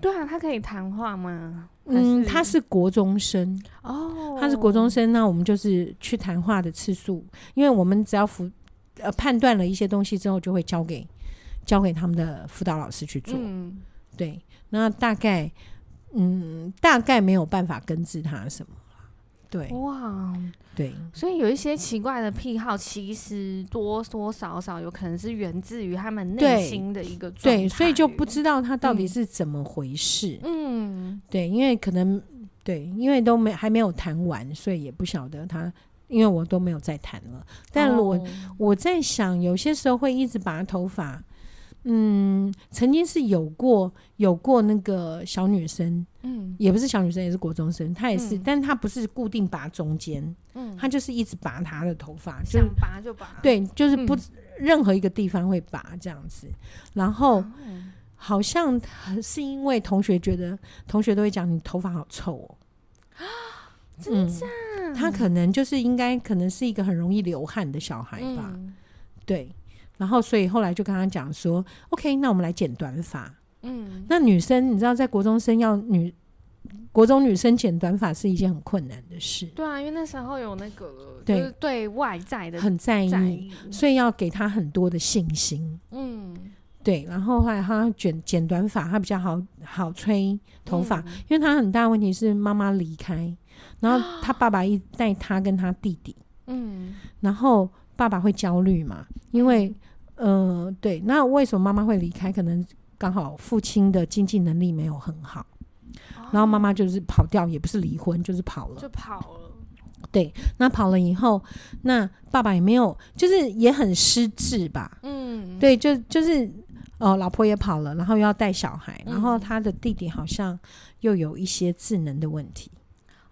Speaker 1: 对啊，他可以谈话吗？
Speaker 2: 嗯，
Speaker 1: 还
Speaker 2: 他是国中生，
Speaker 1: 哦，
Speaker 2: 他是国中生，那我们就是去谈话的次数，因为我们只要辅呃判断了一些东西之后，就会交给交给他们的辅导老师去做。
Speaker 1: 嗯，
Speaker 2: 对，那大概嗯大概没有办法根治他什么啦对
Speaker 1: 哦哇，
Speaker 2: 对，
Speaker 1: 所以有一些奇怪的癖好，其实多多少少有可能是源自于他们内
Speaker 2: 对
Speaker 1: 心的一个状态
Speaker 2: 对，所以就不知道他到底是怎么回事。
Speaker 1: 嗯，
Speaker 2: 对，因为可能对，因为都没还没有谈完，所以也不晓得他，因为我都没有再谈了。但我、
Speaker 1: 哦
Speaker 2: 我在想，有些时候会一直拔头发。嗯，曾经是有过有过那个小女生，
Speaker 1: 嗯
Speaker 2: 也不是小女生，也是国中生，她也是，
Speaker 1: 嗯
Speaker 2: 但她不是固定拔中间，
Speaker 1: 嗯，
Speaker 2: 她就是一直拔她的头发，就是
Speaker 1: 想拔就拔，
Speaker 2: 对，就是不、
Speaker 1: 嗯
Speaker 2: 任何一个地方会拔这样子。然后
Speaker 1: 哦
Speaker 2: 好像是因为同学觉得，同学都会讲你头发好臭哦。
Speaker 1: 啊真
Speaker 2: 假？他可能就是应该可能是一个很容易流汗的小孩吧。
Speaker 1: 嗯
Speaker 2: 对，然后所以后来就跟他讲说，OK，那我们来剪短发。
Speaker 1: 嗯，
Speaker 2: 那女生你知道，在国中生要女国中女生剪短发是一件很困难的事，
Speaker 1: 对啊，因为那时候有那个，就
Speaker 2: 对
Speaker 1: 是对外在的
Speaker 2: 很在
Speaker 1: 在
Speaker 2: 意，
Speaker 1: 意，
Speaker 2: 所以要给她很多的信心。
Speaker 1: 嗯，
Speaker 2: 对，然后后来她卷剪短发，她比较好好吹头发，
Speaker 1: 嗯
Speaker 2: 因为她很大的问题是妈妈离开，然后 她爸爸一带她跟她弟弟，
Speaker 1: 嗯，
Speaker 2: 然后爸爸会焦虑嘛，因为呃，对，那为什么妈妈会离开？可能刚好父亲的经济能力没有很好，然后妈妈就是跑掉，也不是离婚，就是跑
Speaker 1: 哦就
Speaker 2: 了。
Speaker 1: 跑了，
Speaker 2: 那跑了以后，那爸爸也没有，就是也很失智吧？
Speaker 1: 嗯，，
Speaker 2: 对，就就是呃，老婆也跑了，然后又要带小孩，
Speaker 1: 嗯
Speaker 2: 然后他的弟弟好像又有一些智能的问题，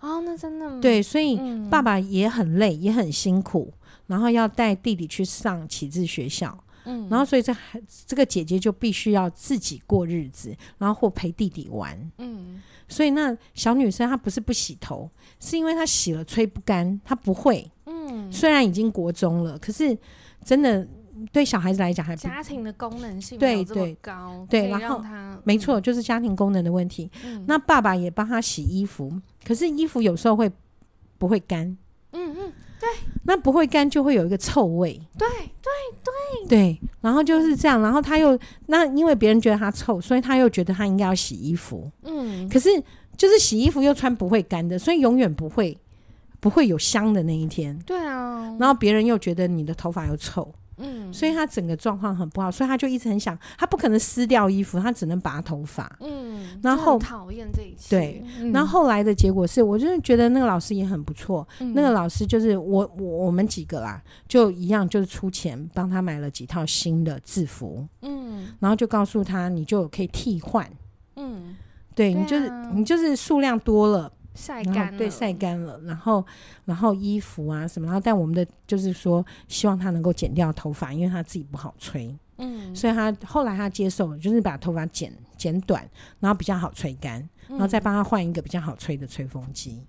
Speaker 1: 哦，那真的，
Speaker 2: 对，所以
Speaker 1: 嗯，
Speaker 2: 爸爸也很累，也很辛苦，然后要带弟弟去上启智学校。
Speaker 1: 嗯，
Speaker 2: 然后所以这孩这个姐姐就必须要自己过日子，然后或陪弟弟玩。
Speaker 1: 嗯，
Speaker 2: 所以那小女生她不是不洗头，是因为她洗了吹不干，她不会。
Speaker 1: 嗯，
Speaker 2: 虽然已经国中了，可是真的对小孩子来讲还不
Speaker 1: 家庭的功能性
Speaker 2: 对
Speaker 1: 没有这么
Speaker 2: 对
Speaker 1: 高，
Speaker 2: 对
Speaker 1: 可以
Speaker 2: 然
Speaker 1: 让
Speaker 2: 后
Speaker 1: 他
Speaker 2: 没错，，就是家庭功能的问题。
Speaker 1: 嗯
Speaker 2: 那爸爸也帮她洗衣服，可是衣服有时候会不会干？
Speaker 1: 嗯嗯，
Speaker 2: 那不会干就会有一个臭味。
Speaker 1: 对
Speaker 2: 对，然后就是这样，然后她又那因为别人觉得她臭，所以她又觉得她应该要洗衣服。
Speaker 1: 嗯，
Speaker 2: 可是就是洗衣服又穿不会干的，所以永远不会不会有香的那一天。
Speaker 1: 对啊，
Speaker 2: 然后别人又觉得你的头发又臭，
Speaker 1: 嗯，
Speaker 2: 所以他整个状况很不好，所以他就一直很想，他不可能撕掉衣服，他只能拔头发。
Speaker 1: 嗯，
Speaker 2: 然
Speaker 1: 就
Speaker 2: 后
Speaker 1: 很讨厌这一切，
Speaker 2: 对
Speaker 1: 嗯，
Speaker 2: 然后后来的结果是我真的觉得那个老师也很不错，
Speaker 1: 嗯
Speaker 2: 那个老师就是我我我们几个啦，就一样就是出钱帮他买了几套新的制服，
Speaker 1: 嗯
Speaker 2: 然后就告诉他你就可以替换，
Speaker 1: 嗯
Speaker 2: 对
Speaker 1: 对
Speaker 2: 你就是
Speaker 1: 啊
Speaker 2: 你就是数量多了，
Speaker 1: 晒
Speaker 2: 然
Speaker 1: 干
Speaker 2: 后
Speaker 1: 了，
Speaker 2: 对晒干了，然后然后衣服啊什么，然后但我们的就是说，希望他能够剪掉头发，因为他自己不好吹，
Speaker 1: 嗯，
Speaker 2: 所以他后来他接受了，就是把头发剪剪短，然后比较好吹干，然
Speaker 1: 嗯
Speaker 2: 后再帮他换一个比较好吹的吹风机。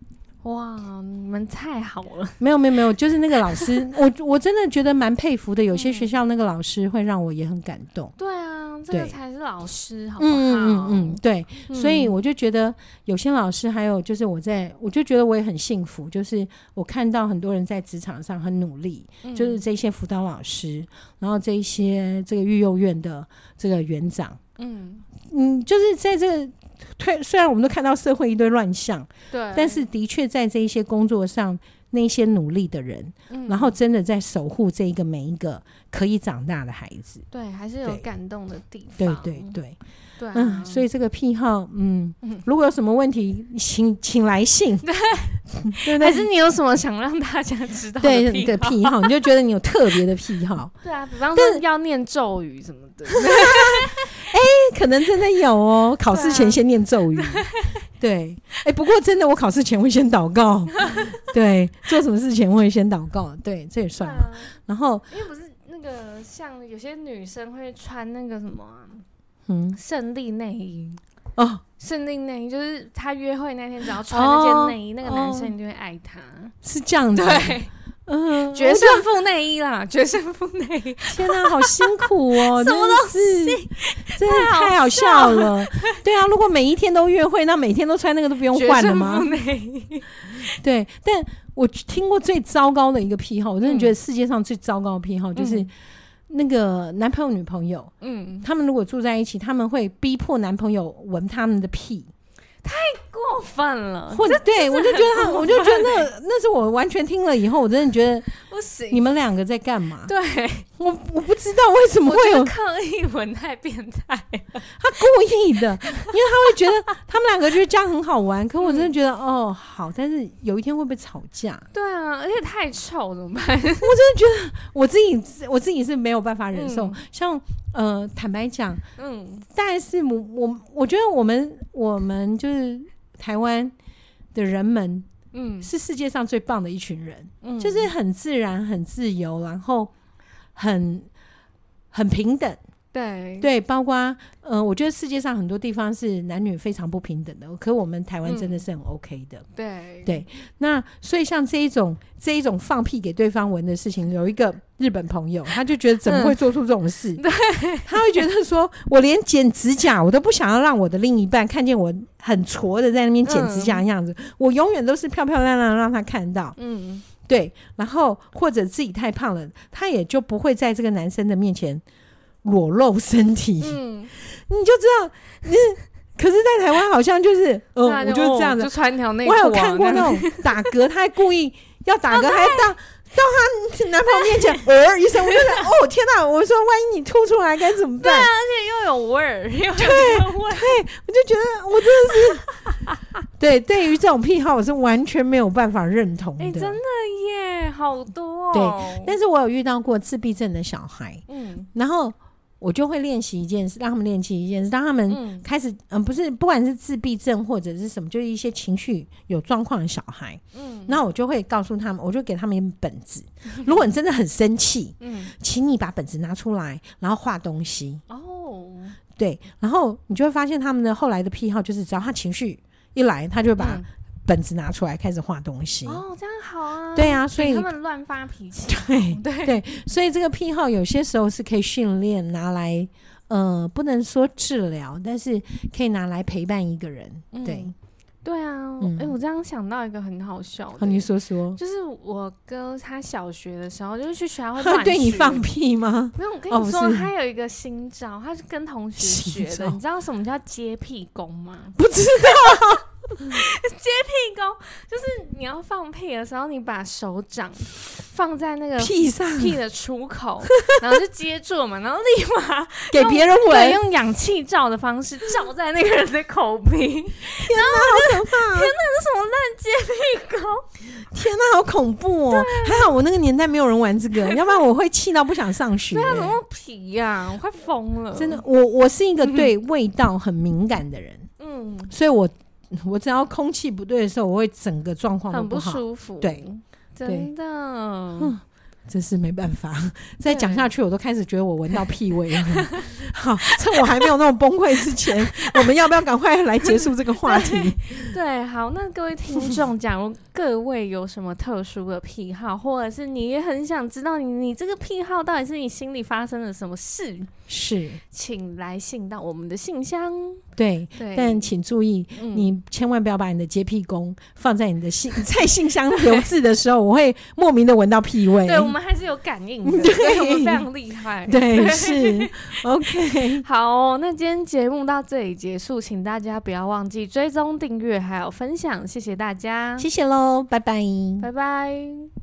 Speaker 1: 哇，你们太好 了，
Speaker 2: 没有没有没有，就是那个老师，我我真的觉得蛮佩服的。有些
Speaker 1: 嗯
Speaker 2: 学校那个老师会让我也很感动。
Speaker 1: 对啊，这个
Speaker 2: 对
Speaker 1: 才是老师，好不好？
Speaker 2: 嗯嗯嗯，对，
Speaker 1: 嗯
Speaker 2: 所以我就觉得有些老师，还有就是我在，我就觉得我也很幸福，就是我看到很多人在职场上很努力，就是
Speaker 1: 嗯
Speaker 2: 这些辅导老师，然后这一些这个育幼院的这个园长，
Speaker 1: 嗯
Speaker 2: 嗯，就是在这个推虽然我们都看到社会一堆乱象，
Speaker 1: 对，
Speaker 2: 但是的确在这一些工作上，那些努力的人，
Speaker 1: 嗯
Speaker 2: 然后真的在守护这一个每一个可以长大的孩子。
Speaker 1: 对还是有
Speaker 2: 对
Speaker 1: 感动的地
Speaker 2: 对
Speaker 1: 方，
Speaker 2: 对对，
Speaker 1: 对啊，
Speaker 2: 嗯，所
Speaker 1: 以
Speaker 2: 以这个癖好，嗯
Speaker 1: 嗯，
Speaker 2: 如果有什么问题，请请来信，对不
Speaker 1: 还
Speaker 2: 对？
Speaker 1: 是你有什么想让大家知道的
Speaker 2: 对
Speaker 1: 癖
Speaker 2: 你的
Speaker 1: 好
Speaker 2: 癖好，你就觉得你有特别的癖好，
Speaker 1: 对啊，比方说要念咒语什么的，
Speaker 2: 欸可能真的有哦。考试
Speaker 1: 对啊
Speaker 2: 前先念咒语， 对，哎、不过真的我考试前会先祷告，对，做什么事前会先祷告，对，这也
Speaker 1: 对
Speaker 2: 算吧。
Speaker 1: 啊，
Speaker 2: 然后，
Speaker 1: 因为不是那个像有些女生会穿那个什么啊
Speaker 2: 嗯，
Speaker 1: 胜利内衣。
Speaker 2: 哦，
Speaker 1: 胜利内衣就是他约会那天，只要穿那件内衣，那个男
Speaker 2: 哦
Speaker 1: 生一定会爱她。
Speaker 2: 是这样子，
Speaker 1: 对，
Speaker 2: 嗯、
Speaker 1: 决胜负内衣啦，决胜负内衣。
Speaker 2: 天哪、好辛苦哦！
Speaker 1: 什么
Speaker 2: 东西？真的
Speaker 1: 太好
Speaker 2: 太好笑了。对啊，如果每一天都约会，那每天都穿那个都不用换了吗？
Speaker 1: 内衣，
Speaker 2: 对，但我听过最糟糕的一个癖好，我真的
Speaker 1: 嗯
Speaker 2: 觉得世界上最糟糕的癖好就是
Speaker 1: 嗯
Speaker 2: 那个男朋友女朋友，
Speaker 1: 嗯，
Speaker 2: 他们如果住在一起，他们会逼迫男朋友闻他们的屁，
Speaker 1: 过分了，
Speaker 2: 或者对我就觉得他，
Speaker 1: 过
Speaker 2: 我就觉得那那是我完全听了以后，我真的觉得
Speaker 1: 不行，
Speaker 2: 你们两个在干嘛？
Speaker 1: 对，
Speaker 2: 我我不知道为什么
Speaker 1: 我
Speaker 2: 会
Speaker 1: 觉
Speaker 2: 有
Speaker 1: 得刻意闻太变态。
Speaker 2: 故意的，因为 他会觉得他们两个就是这样很好玩。可我真的觉得、哦好，但是有一天会不会吵架？
Speaker 1: 对啊，而且太臭怎么办？
Speaker 2: 我自己我自己是没有办法忍受。
Speaker 1: 嗯
Speaker 2: 像呃，坦白讲，
Speaker 1: 嗯，
Speaker 2: 大概是我我我觉得我们我们就是台湾的人们
Speaker 1: 嗯
Speaker 2: 是世界上最棒的一群人，
Speaker 1: 嗯，
Speaker 2: 就是很自然、很自由，然后很很平等。
Speaker 1: 对
Speaker 2: 对，包括呃，我觉得世界上很多地方是男女非常不平等的，可我们台湾真
Speaker 1: 嗯
Speaker 2: 的是很 OK 的。
Speaker 1: 对
Speaker 2: 对那所以像这一种这一种放屁给对方闻的事情，有一个日本朋友，他就觉得怎么会做出这种事？对，他会觉得说我连剪指甲我都不想要让我的另一半看见我很挫的在那边剪指甲的样子，我永远都是漂漂亮亮让他看到。
Speaker 1: 嗯，
Speaker 2: 对，然后或者自己太胖了，他也就不会在这个男生的面前裸露身体。
Speaker 1: 嗯，
Speaker 2: 你就知道，嗯，可是，在台湾好像就是，呃，
Speaker 1: 那
Speaker 2: 我就是这样
Speaker 1: 哦
Speaker 2: 子
Speaker 1: 就。穿一条内裤
Speaker 2: 我
Speaker 1: 啊。
Speaker 2: 还有看过
Speaker 1: 这样
Speaker 2: 那种打嗝，他还故意要打嗝，还到到他男朋友面前， 呃一声，我就想，哦，天哪！我说，万一你吐出来该怎么
Speaker 1: 对啊，
Speaker 2: 办？
Speaker 1: 而且又有味儿，又有味儿。
Speaker 2: 我就觉得，我真的是，对，对于这种癖好，我是完全没有办法认同
Speaker 1: 哎，真
Speaker 2: 的。
Speaker 1: 的耶，好多哦。
Speaker 2: 对但是我有遇到过自闭症的小孩，
Speaker 1: 嗯
Speaker 2: 然后我就会练习一件事，让他们练习一件事，当他们
Speaker 1: 嗯
Speaker 2: 开始，嗯，不是，不管是自闭症或者是什么，就是一些情绪有状况的小孩，
Speaker 1: 嗯，
Speaker 2: 那我就会告诉他们，我就给他们一本本子。如果你真的很生气，
Speaker 1: 嗯
Speaker 2: 请你把本子拿出来，然后画东西。
Speaker 1: 哦，
Speaker 2: 对，然后你就会发现他们的后来的癖好就是，只要他情绪一来，他就会把
Speaker 1: 嗯
Speaker 2: 本子拿出来开始画东西。
Speaker 1: 哦，这样好啊。
Speaker 2: 对啊，所
Speaker 1: 给
Speaker 2: 以
Speaker 1: 他们乱发脾气。
Speaker 2: 对
Speaker 1: 对
Speaker 2: 对，所以这个癖好有些时候是可以训练拿来，呃，不能说治疗，但是可以拿来陪伴一个人。
Speaker 1: 嗯
Speaker 2: 对，
Speaker 1: 对啊，哎、
Speaker 2: 嗯
Speaker 1: 我这样想到一个很好笑
Speaker 2: 好，
Speaker 1: 的、
Speaker 2: 你说说，
Speaker 1: 就是我哥他小学的时候，就是去学校会
Speaker 2: 他
Speaker 1: 乱
Speaker 2: 会对你
Speaker 1: 学
Speaker 2: 放。屁吗？
Speaker 1: 没有，我跟
Speaker 2: 哦
Speaker 1: 你
Speaker 2: 不
Speaker 1: 说，
Speaker 2: 是
Speaker 1: 他有一个新招，他是跟同学
Speaker 2: 新
Speaker 1: 学的。
Speaker 2: 招
Speaker 1: 你知道什么叫接屁功吗？
Speaker 2: 不知
Speaker 1: 屁功就是你要放屁的时候，你把手掌放在那个
Speaker 2: 道屁上
Speaker 1: 屁的出口，然后就接住嘛，然后立马
Speaker 2: 给别人闻
Speaker 1: 对，，用氧气罩的方式罩在那个人的口鼻。
Speaker 2: 好可怕、 啊！
Speaker 1: 这什么烂接屁功？
Speaker 2: 天哪，好恐怖哦！还好我那个年代没有人玩这 个，要不然我会气到不想上学、
Speaker 1: 对啊，怎么那么皮呀、我快疯了！
Speaker 2: 真的，，我我是一个对味道很敏感的人，
Speaker 1: 嗯，
Speaker 2: 所以我我只要空气不对的时候，我会整个状况都
Speaker 1: 很不
Speaker 2: 好，
Speaker 1: 舒服，
Speaker 2: 对，嗯
Speaker 1: 真的，
Speaker 2: 真是没 办法。再讲下去，我都开始觉得我闻到屁味了。 好，趁我还没有那么崩溃 之前，我们要不要赶快来结束这个话题？
Speaker 1: 对，好，那各位听众，假如各位有什么特殊的癖好，或者是你也很想知道你你这个癖好到底是你心里发生了什么事，
Speaker 2: 是
Speaker 1: 请来信到我们的信箱。
Speaker 2: 对，
Speaker 1: 对，
Speaker 2: 但请注意，
Speaker 1: 嗯
Speaker 2: 你千万不要把你的 洁癖功放在你的信在信箱留字的时候，我会莫名的闻到屁味。
Speaker 1: 对我们还是有感 应的，所以我们非常厉害。
Speaker 2: 对， 是 OK，
Speaker 1: 好哦、那今天节目到这里结束，请大家不要忘记追踪、订阅还有分享，谢谢大家，
Speaker 2: 谢谢喽，拜拜
Speaker 1: 拜拜。